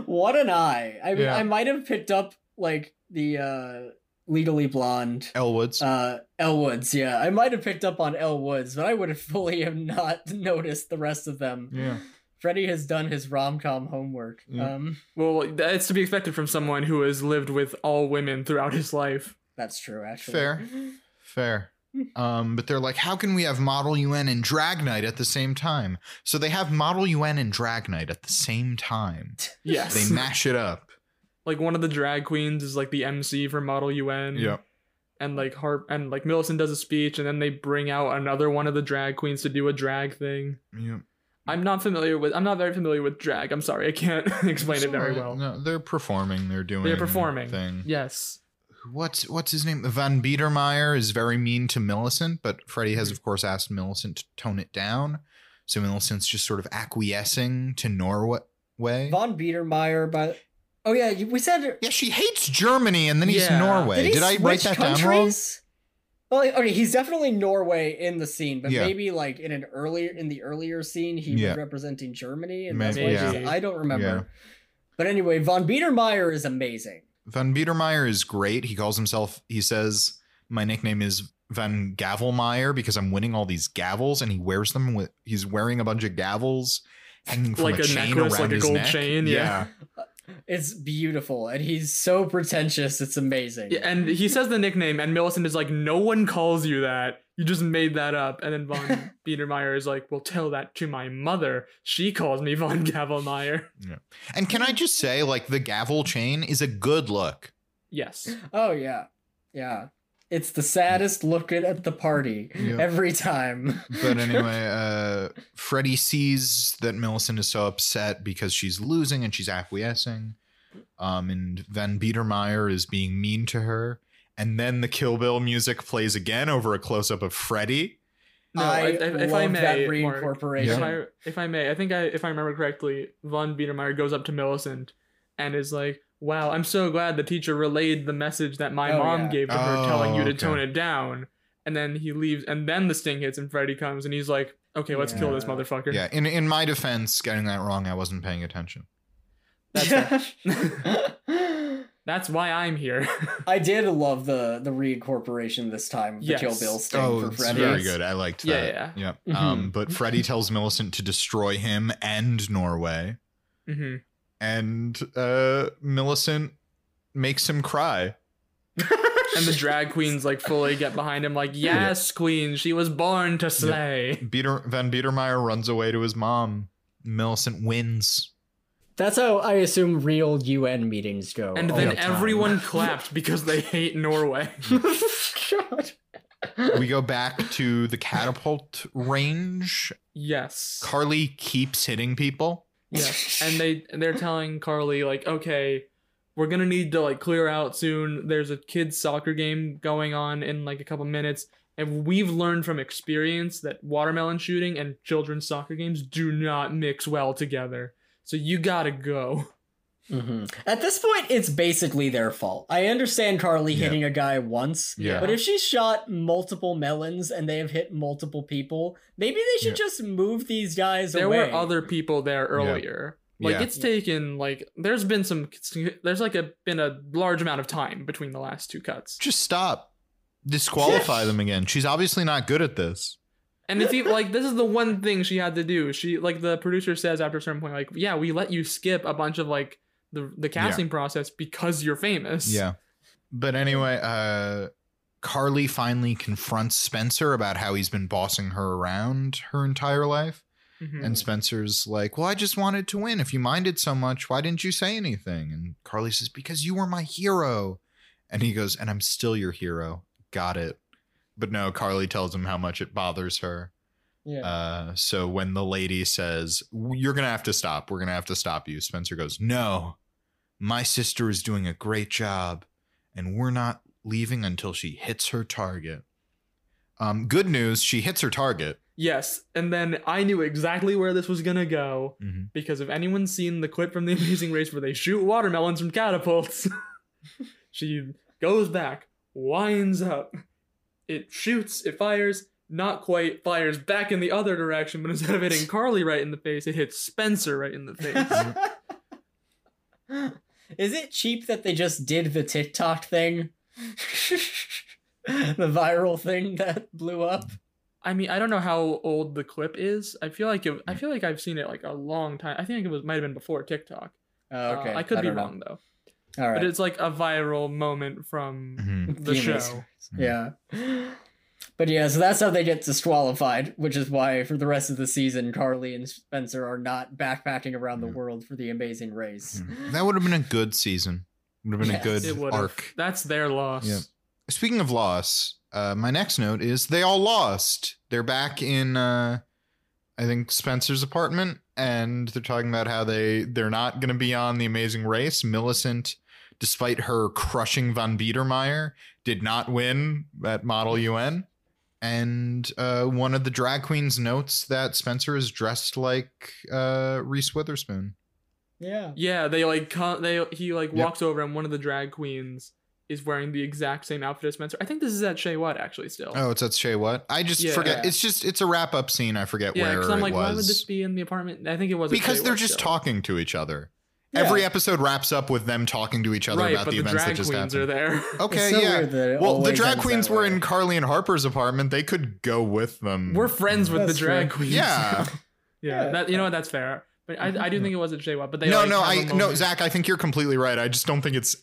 what an eye. I mean, Yeah. I might have picked up like the uh legally blonde [LAUGHS] elwoods uh L Woods, yeah. I might have picked up on L Woods, but I would have [LAUGHS] fully have not [LAUGHS] noticed the rest of them. yeah Freddie has done his rom com homework. Yeah. Um Well, that's to be expected from someone who has lived with all women throughout his life. that's true actually. [LAUGHS] fair fair um, but they're like how can we have model un and drag night at the same time so they have model un and drag night at the same time they Yes. mash it up like one of the drag queens is like the MC for Model UN. And like Harp and like Millicent does a speech, and then they bring out another one of the drag queens to do a drag thing. yep I'm not familiar with. I'm not very familiar with drag. I'm sorry, I can't [LAUGHS] explain it very Sorry. well. no they're performing they're doing They're performing. thing. Yes. what's what's his name? Van Biedermeier is very mean to Millicent, but Freddie has, of course, asked Millicent to tone it down. So Millicent's just sort of acquiescing to Norway. Von Biedermeier by Oh yeah, you- we said yeah, she hates Germany, and then he's Yeah. Norway. he Did I write switch that down wrong? countries? Well, like, okay, he's definitely Norway in the scene, but Yeah. maybe like in an earlier in the earlier scene, he Yeah. was representing Germany, and that's why Maybe. she's- Yeah. I don't remember. Yeah. But anyway, von Biedermeier is amazing. Van Biedermeier is great. He calls himself, he says, my nickname is Van Gavelmeier because I'm winning all these gavels, and he wears them with, he's wearing a bunch of gavels hanging from Like a, a chain necklace, around like a his gold neck. chain, yeah. It's beautiful, and he's so pretentious. It's amazing. Yeah, and he says the nickname, and Millicent is like, "No one calls you that. You just made that up." And then [LAUGHS] von Biedermeier is like, "Well, tell that to my mother. She calls me von Gavelmeier." And can I just say, like, the gavel chain is a good look. Yes, Oh yeah, yeah. It's the saddest looking at the party Yeah. every time. But [LAUGHS] anyway, uh, Freddie sees that Millicent is so upset because she's losing and she's acquiescing. Um, and Van Biedermeier is being mean to her. And then the Kill Bill music plays again over a close up of Freddie. No, I if- if- if I love that may, Mark, reincorporation. if I if I may, I think I if I remember correctly, von Biedermeier goes up to Millicent and is like, "Wow, I'm so glad the teacher relayed the message that my Oh, mom yeah. gave to her, telling Oh, you to okay. tone it down." And then he leaves, and then the sting hits, and Freddy comes, and he's like, "Okay, let's kill this Yeah. motherfucker." Yeah, in in my defense, getting that wrong, I wasn't paying attention. That's Yeah. That's why I'm here. [LAUGHS] [LAUGHS] I did love the the reincorporation this time. of The Kill Yes. Bill sting for Oh, it's Freddy. [LAUGHS] very good. I liked Oh, Yeah, that. yeah. yeah. Mhm. Um, but Freddy tells Millicent to destroy him and Norway, Mm-hmm. hmm and uh, Millicent makes him cry. And the drag queens like fully get behind him, like, Yeah. "Yes, queen, she was born to slay." Beater, Van Biedermeier runs away to his mom. Millicent wins. That's how I assume real UN meetings go. And Oh, all then the time. [LAUGHS] everyone clapped because they hate Norway. God. We go back to the catapult range. yes. Carly keeps hitting people. Yes. And they and they're telling Carly like, okay, we're gonna need to like clear out soon. There's a kids soccer game going on in like a couple minutes, and we've learned from experience that watermelon shooting and children's soccer games do not mix well together. So you gotta go. Mhm. At this point, it's basically their fault. I understand Carly Yeah. hitting a guy once, Yeah. but if she shot multiple melons and they have hit multiple people, maybe they should just move these guys there away. were other people there earlier. Like Yeah. it's taken like there's been some there's like a been a large amount of time between the last two cuts. Just stop. Disqualify them again. She's obviously not good at this. And it's [LAUGHS] even, like this is the one thing she had to do. She like the producer says after a certain point, like, yeah, we let you skip a bunch of like the the casting process because you're famous. Yeah. But anyway, uh Carly finally confronts Spencer about how he's been bossing her around her entire life. Mhm. And Spencer's like, Well, I just wanted to win. If you minded so much, why didn't you say anything? And Carly says, Because you were my hero. And he goes, And I'm still your hero. Got it. But no, Carly tells him how much it bothers her. Yeah. Uh, so when the lady says, You're going to have to stop, we're going to have to stop you, Spencer goes, No, my sister is doing a great job, and we're not leaving until she hits her target. Um, good news, she hits her target. Yes. And then I knew exactly where this was gonna go Mhm. because if anyone's seen the clip from the Amazing Race where they shoot watermelons from catapults, [LAUGHS] she goes back, winds up, it shoots, it fires, not quite, fires back in the other direction, but instead of hitting Carly right in the face, it hits Spencer right in the face. [LAUGHS] Is it cheap that they just did the [LAUGHS] TikTok thing? the viral thing that blew up? I mean, I don't know how old the clip is. I feel like it, I feel like I've seen it like a long time. I think it was might have been before TikTok. Oh, okay. Uh, I could be don't know. wrong though. All right. But it's like a viral moment from Mhm. the Anyways. show. Yeah. But yeah, so that's how they get disqualified, which is why for the rest of the season, Carly and Spencer are not backpacking around the Yeah. world for the amazing race. [LAUGHS] Mhm. Mm. That would have been a good season. Would have been Yes. a good It would arc. That's their loss. Yeah. Speaking of loss, uh, my next note is they all lost. They're back in, uh, I think Spencer's apartment, and they're talking about how they they're not going to be on the Amazing Race. Millicent, despite her crushing von Biedermeier, did not win at Model UN. And uh, one of the drag queens notes that Spencer is dressed like uh, Reese Witherspoon. Yeah. Yeah, they like co- they he like Yep. walks over and one of the drag queens is wearing the exact same outfit as Spencer. I think this is at Shea Watt actually still. Oh, it's at Shea What? I just Yeah. forget. It's just it's a wrap up scene. I forget yeah, where because I'm it like, why would this was be in the apartment? I think it was at because Shea they're Watt just still. talking to each other. Yeah. Every episode wraps up with them talking to each other right, about but the the, events that drag just queens happened. Oh. are there. Okay, so yeah. weird that it Well, the always drag ends queens that were way. [LAUGHS] in Carly and Harper's apartment. They could go with [LAUGHS] them. We're friends with That's the drag true. queens. Yeah. [LAUGHS] yeah, Yeah. that you know what, that's fair. But I, I [LAUGHS] do think it was at Shea Watt. But they no, like, no, have a I no, moment- Zach. I think you're completely right. I just don't think it's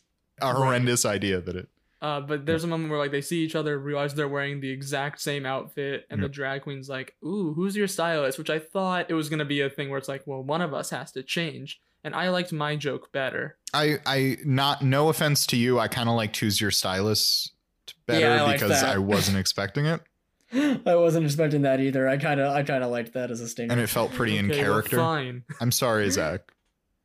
a horrendous idea that it. Uh, but there's a moment where like they see each other, realize they're wearing the exact same outfit, and the Yeah. drag queen's like, "Ooh, who's your stylist?" Which I thought it was gonna be a thing where it's like, "Well, one of us has to change," and I liked my joke better. I, I not no offense to you. I kind of like choose your stylus better Yeah, I like because that. I wasn't expecting it, I wasn't expecting that either. I kind of, I kind of liked that as a and statement. it felt pretty in Okay, well, character. fine. I'm sorry, Zach,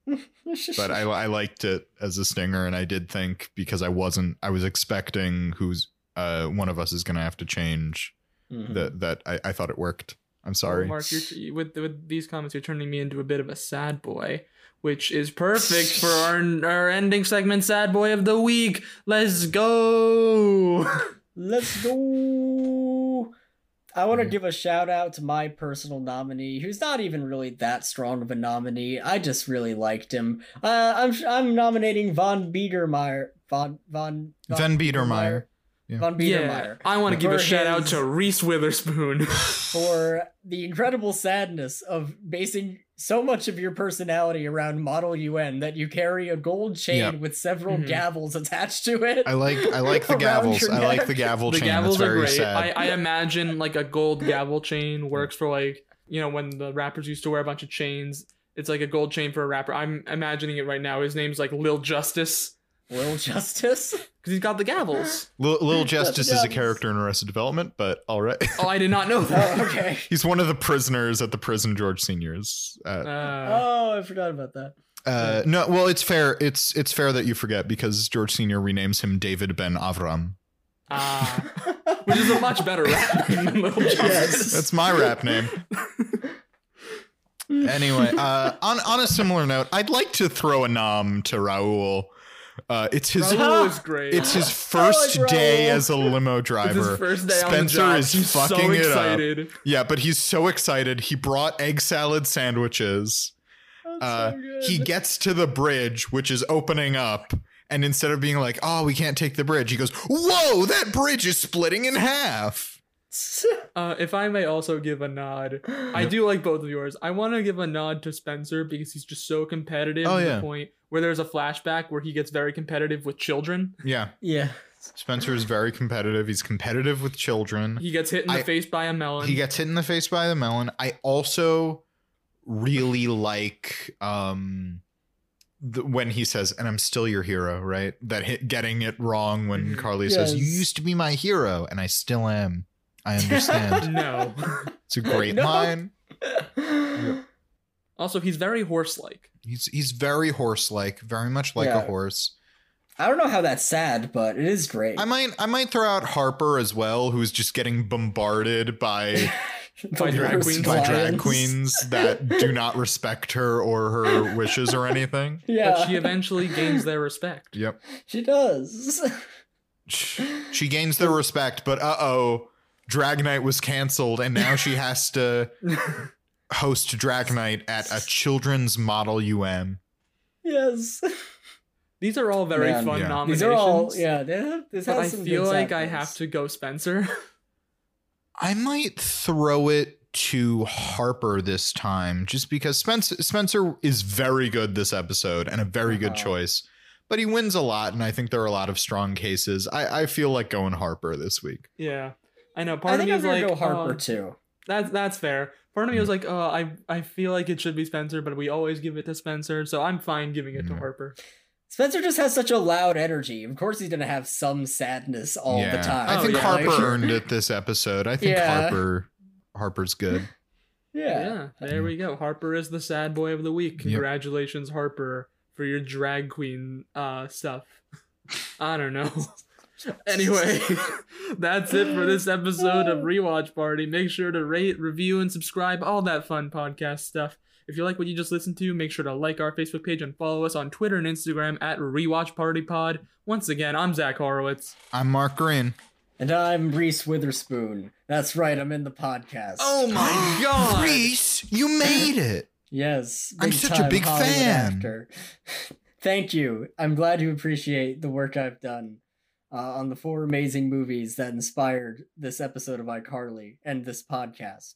but I, I liked it as a stinger, and I did think because I wasn't I was expecting who's uh one of us is gonna have to change Mm-hmm. Mhm. that that I, I thought it worked. I'm [LAUGHS] sorry. Mark, you're, you- with with these comments, you're turning me into a bit of a sad boy, which is perfect [LAUGHS] for our our ending segment, sad boy of the week. Let's go. Let's go. I want to give a shout out to my personal nominee, who's not even really that strong of a nominee. I just really liked him. Uh, I'm I'm nominating Von Biedermeier. Von Von Van Biedermeier. Yeah. Von yeah, Biedermeier I want to give a For shout out his- to Reese Witherspoon. [LAUGHS] for the incredible sadness of basing so much of your personality around Model UN that you carry a gold chain Yep. with several Mhm. gavels attached to it. I like I [LAUGHS] like the [LAUGHS] Around your gavels. I like neck. the gavel the chain. That's gavels are very great. sad. I, I imagine like a gold gavel chain works for like you know when the rappers used to wear a bunch of chains. It's like a gold chain for a rapper. I'm imagining it right now. His name's like Lil Justice Will Justice. because he's got the gavels. Lil, [LAUGHS] Lil That's Justice is a gavels. character in Arrested Development, but all right. [LAUGHS] Oh, I did not know that. [LAUGHS] Oh, okay. He's one of the prisoners at the prison George Senior's. [LAUGHS] Uh, Uh, Oh, I forgot about that. uh, no, well, it's fair. It's it's fair that you forget because George Senior renames him David Ben Avram. ah. which is a much better rap name than [LAUGHS] Little Justice. That's my rap name. anyway, uh, on on a similar note, I'd like to throw a nom to Raul. Uh, it's his [LAUGHS] Raul is great. [LAUGHS] it's his first day Raul. [LAUGHS] as a limo It's driver. his first day on the Spencer job. is He's so fucking it up. excited. It Yeah, but he's so excited. He brought egg salad sandwiches. Uh, he gets to the bridge, which is opening up. And instead of being like, oh, we can't take the bridge, he goes, whoa, that bridge is splitting in half. [LAUGHS] Uh, if I may also give a nod, I do like both of yours. I want to give a nod to Spencer because he's just so competitive Oh, to yeah. the point where there's a flashback where he gets very competitive with children. Yeah. yeah. Spencer is very competitive. He's competitive with children. He gets hit in the I- face by a melon. He gets hit in the face by the melon. I also really like um the, when he says, and I'm still your hero, right? That hit, getting it wrong when Mhm. Carly says, you Yes. used to be my hero, and I still am. I [LAUGHS] [LAUGHS] understand. no. it's a great No. line. also, he's very horse-like. He's he's very horse like, very much like a Yeah. horse. I don't know how that's sad, but it is great. [LAUGHS] I might I might throw out Harper as well, who's just getting bombarded by By drag Worst queens. [LAUGHS] by drag clients. queens that do not respect her or her wishes or anything. But Yeah, she she, [LAUGHS] eventually gains their [LAUGHS] respect. Yep. [LAUGHS] does. She gains their respect, but uh oh, Drag Night was canceled and now she has to host Drag Night at a children's model UM. yes, These are all very Man. fun Yeah. nominations. these are all. Yeah, they have, this But has I some feel good like sad I parts. have to go Spencer. [LAUGHS] I might throw it to Harper this time just because Spencer Spencer is very good this episode and a very good Uh-huh. choice. But he wins a lot, and I think there are a lot of strong cases. I, I feel like going Harper this week. yeah. I know. Part I of think me I'm is gonna like go Harper uh, too. That's that's fair. Part of me was like, oh, I I feel like it should be Spencer, but we always give it to Spencer, so I'm fine giving it to Yeah. Harper. Spencer just has such a loud energy. Of course, he's gonna have some sadness all the time. I Oh, think yeah. Harper Like- earned it this episode. I think Yeah. Harper Harper's good. Yeah, Yeah. there we go. Harper is the sad boy of the week. Congratulations, Harper, for your drag queen uh stuff. I don't know. [LAUGHS] anyway, [LAUGHS] that's it for this episode of Rewatch Party. Make sure to rate, review, and subscribe, all that fun podcast stuff. If you like what you just listened to, make sure to like our Facebook page and follow us on Twitter and Instagram at Rewatch Party Pod. Once again, I'm Zach Horowitz. I'm Mark Green. And I'm Reese Witherspoon. That's right, I'm in the podcast. Oh [GASPS] my god! Reese, you made it. Yes. I'm big such a time big Hollywood fan. actor. [LAUGHS] Thank you. I'm glad you appreciate the work I've done uh, on the four amazing movies that inspired this episode of iCarly and this podcast.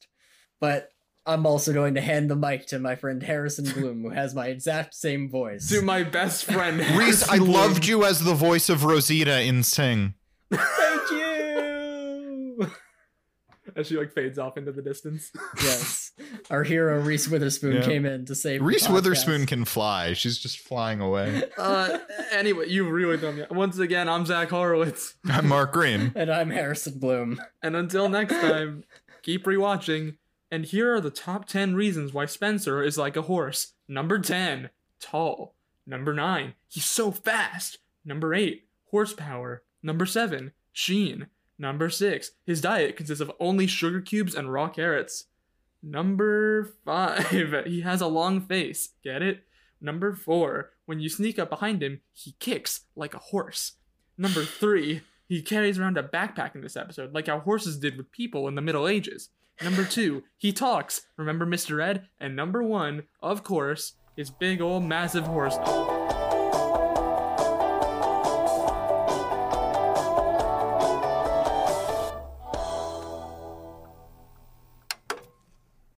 But I'm also going to hand the mic to my friend Harrison Bloom, who has my exact same voice. To my best friend. Reese, I Harrison Bloom. loved you as the voice of Rosita in Sing. [LAUGHS] Thank you. As she like fades off into the distance. yes, our hero Reese Witherspoon Yeah. came in to save the Reese podcast. Witherspoon can fly. She's just flying away. Uh, anyway, you really thrown me. Once again, I'm Zach Horowitz, I'm [LAUGHS] Mark Green. And I'm Harrison Bloom. and until next time, keep rewatching. And here are the top ten reasons why Spencer is like a horse. Number ten, tall. Number nine, he's so fast. Number eight, horsepower. Number seven, Sheen. Number six, his diet consists of only sugar cubes and raw carrots. Number five, [LAUGHS] he has a long face. Get it? Number four, when you sneak up behind him, he kicks like a horse. Number three, he carries around a backpack in this episode, like how horses did with people in the Middle Ages. Number two, he talks. Remember Mr. Ed? And number one, of course, his big old massive horse. dog.